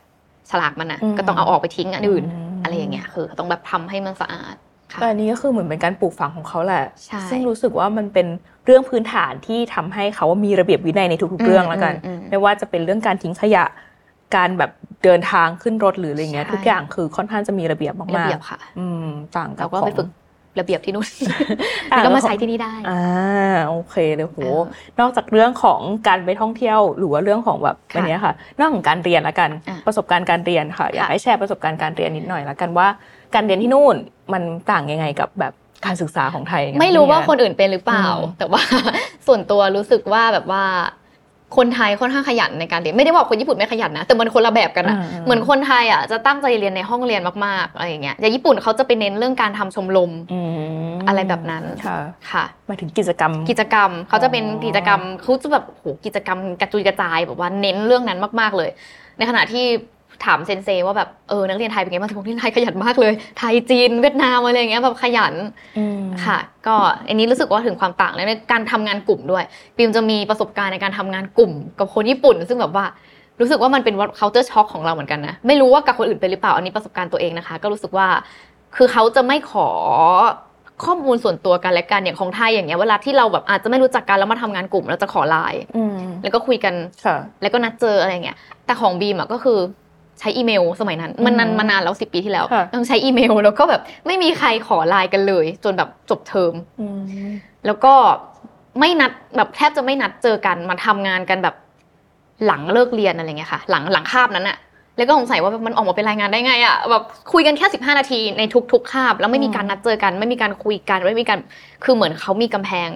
S1: ฉลากมันอะ
S4: อืม
S1: ก็ต้องเอาออกไปทิ้งอันอื่น
S4: ม
S1: อะไรอย่างเงี้ยคือต้องแบบทำให้มันสะอาดค่ะ
S4: แต่อันนี้ก็คือเหมือนเป็นการปลูกฝังของเขาแหละ
S1: ใช่
S4: ซึ่งรู้สึกว่ามันเป็นเรื่องพื้นฐานที่ทำให้เขามีระเบียบวินัยในทุกๆเรื่องแล้วกัน
S1: มอืม
S4: ไม่ว่าจะเป็นเรื่องการทิ้งขยะ การแบบเดินทางขึ้นรถหรืออะไรเงี้ย
S1: ใช่
S4: ทุกอย่างคือค่อนข้างจะมีระเบียบ
S1: อืมระ
S4: มาก
S1: เบียบค่ะ
S4: ๆอืมต่างกับ
S1: เราก็ไป
S4: ของ
S1: ฝึกระเบียบที่นู่น
S4: อ่ะ
S1: แล้วก็
S4: แล้ว
S1: มา
S4: ของ
S1: ใช้ที่นี่ได้
S4: อ่าโอเคเลยโห
S1: เออน
S4: อกจากเรื่องของการไปท่องเที่ยว หรือว่าเรื่องของแบบ
S1: ค่ะ
S4: อันเนี้ยค่ะเรื่องของการเรียนละกัน
S1: อ่ะ
S4: ประสบการณ์การเรียนค่ะอยากให้แชร์ประสบการณ์การเรียนนิดหน่อยละกันว่า การเรียนที่นู่นมันต่างยังไงกับแบบการศึกษาของไทยยังง
S1: ไม่รู้ว่าคนอื่นเป็นหรือเปล่า
S4: อืม
S1: แต่ว่า ส่วนตัวรู้สึกว่าแบบว่า คนไทยค่อนข้างขยันในการเรียนไม่ได้บอกคนญี่ปุ่นไม่ขยันนะแต่มันคนละแบบกันอะเหมือนคนไทยอ่ะจะตั้งใจเรียนในห้องเรียนมากๆอะไรอย่างเงี้ยแต่ญี่ปุ่นเขาจะไปเน้นเรื่องการทำชมรม
S4: อืม
S1: อะไรแบบนั้น
S4: ค่ะ
S1: ค่ะ
S4: หมายถึงกิจกรรม
S1: กิจกรรมเขาจะเป็น
S4: อ๋อ
S1: กิจกรรมเขาจะแบบโหกิจกรรมกระจุยกระจายแบบว่าเน้นเรื่องนั้นมาก ๆเลย ในขณะที่ถามเซนเซว่าแบบเออนักเรียนไทยเป็นไงบ้างทุกที่ไทยขยันมากเลย ไทยจีนเวียดนามอะไรอย่างเงี้ยแบบขยัน
S4: อืม
S1: ค่ะก็อันนี้รู้สึกว่าถึงความต่างในการทำงานกลุ่มด้วยปิมจะมีประสบการณ์ในการทำงานกลุ่ม กับคนญี่ปุ่น ซึ่งแบบว่ารู้สึกว่ามันเป็น culture shock ของเราเหมือนกันนะไม่รู้ว่ากับคนอื่นเป็นหรือเปล่าอันนี้ประสบการณ์ตัวเองนะคะ ก็รู้สึกว่า คือเขาจะไม่ขอข้อมูลส่วนตัวกันและกันอย่างของไทยอย่างเงี้ยเวลาที่เราแบบอาจจะไม่รู้จักกันแล้วมาทำงานกลุ่ม เราจะขอไลน์
S4: อืม
S1: แล้วก็คุยกัน
S4: ค่ะ
S1: แล้วก็นัดเจออะไรเงี้ย แต่ของบีมอะก็คือใช้อีเมลสมัยนั้น มันนานมานานแล้วสิปีที่แล้ว
S4: ค่ะ
S1: ต้องใช้อีเมล แล้วก็แบบไม่มีใครขอไลน์กันเลย จนแบบจบเทอม
S4: อืม
S1: แล้วก็ไม่นัดแบบแทบจะไม่นัดเจอกันมาทำงานกันแบบหลังเลิกเรียนอะไรเงี้ยค่ะ หลังหลังคาบนั้นอะแล้วก็สงสัยว่าแบบมันออกมาเป็นรายงานได้ไงอะแบบคุยกันแค่ 15 นาทีในทุกๆคาบ แล้วไม่มีการนัดเจอกัน ไม่มีการคุยกันไม่มีการคือเหมือนเขามีกำแพง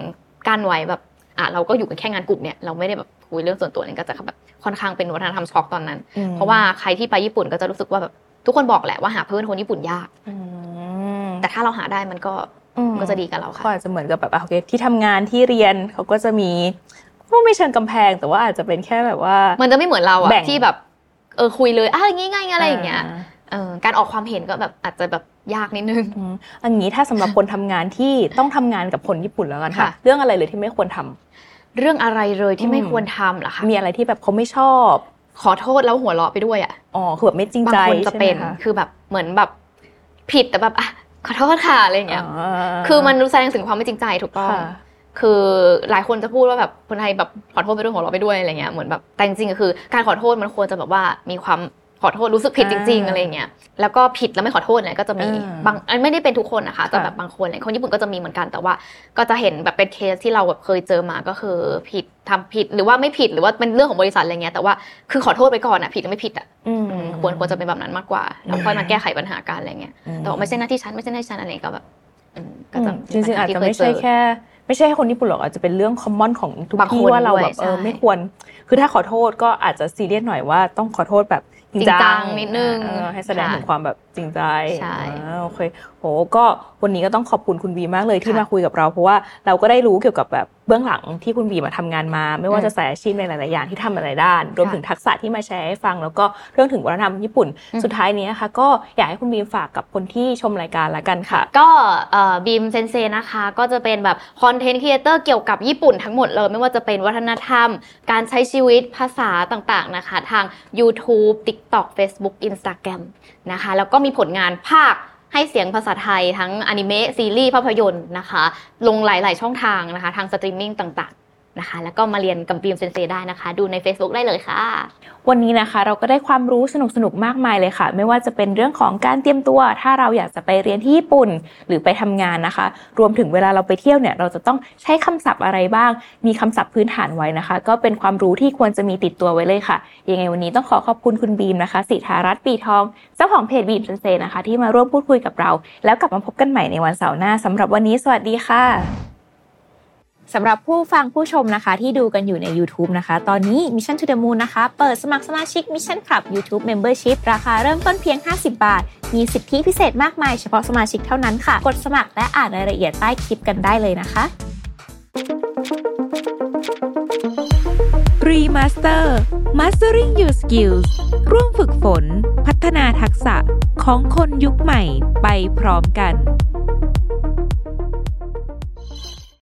S1: กั้นไว้แบบอ่ะเราก็อยู่กันแค่งานกลุ่มเนี่ยเราไม่ได้แบบคุยเรื่องส่วนตัวเนี่ยก็จะแบบค่อนข้างเป็นวัฒนธรรมช็อกตอนนั้น
S4: อืม
S1: เพราะว่าใครที่ไปญี่ปุ่นก็จะรู้สึกว่าแบบทุกคนบอกแหละว่าหาเพื่อนคนญี่ปุ่นยาก
S4: อืม
S1: แต่ถ้าเราหาได้มันก็
S4: อืม
S1: มันก็จะดีกับเราค่ะ
S4: ก็อาจจะเหมือนกับแบบอ่ะโอเคที่ทำงานที่เรียนเขาก็จะมีก็ไม่เชิงกำแพงแต่ว่าอาจจะเป็นแค่แบบว่า
S1: มันจะไม่เหมือนเราอะ
S4: แบ่ง
S1: ที่แบบเออคุยเลยอ่ะงี้ไงอะไรอย่างเงี้ยเออการออกความเห็นก็แบบอาจจะแบบยากนิดนึง
S4: อืมอันนี้ถ้าสำหรับคนทำงานที่ต้องทำงานกับคนญี่ปุ่นแล้วกันค่ะ
S1: ค่ะ
S4: เรื่องอะไรเลยที่ไม่ควรทำ
S1: เรื่องอะไรเลยที่ไม่
S4: อืม
S1: ควรทำล่ะคะ
S4: มีอะไรที่แบบเขาไม่ชอบ
S1: ขอโทษแล้วหัวเราะไปด้วยอะ
S4: อ๋อคือแบบไม่จริง
S1: บาง
S4: ใจ
S1: คนจะ
S4: ใช่ไหม
S1: เป็น
S4: คะ
S1: คือแบบเหมือนแบบผิดแต่แบบอ่ะขอโทษค่ะอะไรอย่างเงี้ย
S4: อ๋อ
S1: คือมันรู้แสดงถึงความไม่จริงใจถูกต้อง
S4: ค่ะ
S1: คือหลายคนจะพูดว่าแบบคนไทยแบบขอโทษไปด้วยหัวเราะไปด้วยอะไรเงี้ยเหมือนแบบแต่จริงๆก็คือ การขอโทษมันควรจะแบบว่ามีความขอโทษรู้สึกผิดจริง ๆ
S4: อ่า
S1: อะไรเงี้ยแล้วก็ผิดแล้วไม่ขอโทษเนี่ยก็จะมี
S4: อ่า
S1: บางอันไม่ได้เป็นทุกคนนะคะแต่
S4: ค่ะ
S1: แบบบางคนเนี่ยคนญี่ปุ่นก็จะมีเหมือนกันแต่ว่า ก็จะเห็นแบบเป็นเคสที่เราแบบเคยเจอมาก็คือผิดทำผิดหรือว่าไม่ผิดหรือว่าเป็นเรื่องของบริษัทอะไรเงี้ยแต่ว่าคือขอโทษไปก่อนอ่ะผิดหรือไม่ผิดอ่ะอืมควรควรจะเป็นแบบนั้นมากกว่าแล้วค่อยมาแก้ไขปัญหากันอะไรเงี้ย
S4: อืม
S1: แต่ว่าไม่ใช่หน้าที่ฉันไม่ใช่หน้าที่ฉันอะไรเงี้ยก็แบบอืมก็
S4: อื
S1: จะ
S4: มจริงๆอาจจะไม่
S1: ปัญหที่เคยเอ
S4: ใช่แค่ ไม่ใช่แค่คนญี่ปุ่นหรอกอาจจะเป็นเรื่องคอมมอนของทุก
S1: บาง
S4: ที่
S1: คน
S4: ว่าเรา
S1: ด้วย
S4: แบบเออ
S1: ใช่
S4: ไม่ควร คือถ้าขอโทษก็อาจจะซีเรียสหน่อยว่าต้องขอโทษแบบจริง
S1: จริงจั
S4: จั
S1: ง
S4: ง
S1: นิดนึง
S4: เออให้แสดง
S1: ค่ะ
S4: ถึงความแบบจริงใจ
S1: ใช่
S4: อ่าโอเคโหก็วันนี้ก็ต้องขอบคุณคุณวีมากเลยที่
S1: ค่ะ
S4: มาคุยกับเรา เพราะว่าเราก็ได้รู้เกี่ยวกับแบบเบื้องหลังที่คุณวีมาทำงานมา ไม่ว่าจะสายอาชีพในหลายๆอย่างที่ทำหลายๆด้าน รวม
S1: ค่ะ
S4: ถึงทักษะที่มาแชร์ให้ฟังแล้วก็เรื่องถึงวัฒนธรรมญี่ปุ่น สุดท้ายนี้นะคะก็อยากให้คุณวีฝากกับคนที่ชมรายการละกันค่ะ
S1: ก็บีมเซนเซนะคะก็จะเป็นแบบคอนเทนต์ครีเอเตอร์เกี่ยวกับญี่ปุ่นทั้งหมดเลย ไม่ว่าจะเป็นวัฒนธรรม การใช้ชีวิตภาษาต่างๆนะคะ ทาง YouTube TikTok Facebook Instagram นะคะ แล้วก็มีผลงานภาคให้เสียงภาษาไทยทั้งอนิเมะซีรีส์ภาพยนตร์นะคะ ลงหลาย ๆ ช่องทางนะคะ ทางสตรีมมิ่งต่างๆนะคะ แล้วก็มาเรียนกับบีมเซนเซได้นะคะ ดูใน Facebook ได้เลยค่ะ
S5: วันนี้นะคะเราก็ได้ความรู้สนุกๆ มากมายเลยค่ะ ไม่ว่าจะเป็นเรื่องของการเตรียมตัว ถ้าเราอยากจะไปเรียนที่ญี่ปุ่นหรือไปทำงานนะคะ รวมถึงเวลาเราไปเที่ยวเนี่ยเราจะต้องใช้คำศัพท์อะไรบ้าง มีคำศัพท์พื้นฐานไว้นะคะ ก็เป็นความรู้ที่ควรจะมีติดตัวไว้เลยค่ะ ยังไงวันนี้ต้องขอขอบคุณคุณบีมนะคะสิทธารัตน์ปีทองเจ้าของเพจบีมเซนเซนะคะ ที่มาร่วมพูดคุยกับเรา แล้วกลับมาพบกันใหม่ในวันเสาร์หน้าสำหรับวันนี้สวัสดีค่ะ สำหรับผู้ฟังผู้ชมนะคะ ที่ดูกันอยู่ใน YouTube นะคะ ตอนนี้ Mission to the Moon นะคะ เปิดสมัครสมาชิก Mission Club YouTube Membership ราคาเริ่มต้นเพียง 50 บาท มีสิทธิพิเศษมากมายเฉพาะสมาชิกเท่านั้นค่ะ กดสมัครและอ่านรายละเอียดใต้คลิปกันได้เลยนะคะ
S3: รีมาสเตอร์ Mastering Your Skills ร่วมฝึกฝน พัฒนาทักษะ
S4: ของคนยุคใหม่ไปพร้อมกัน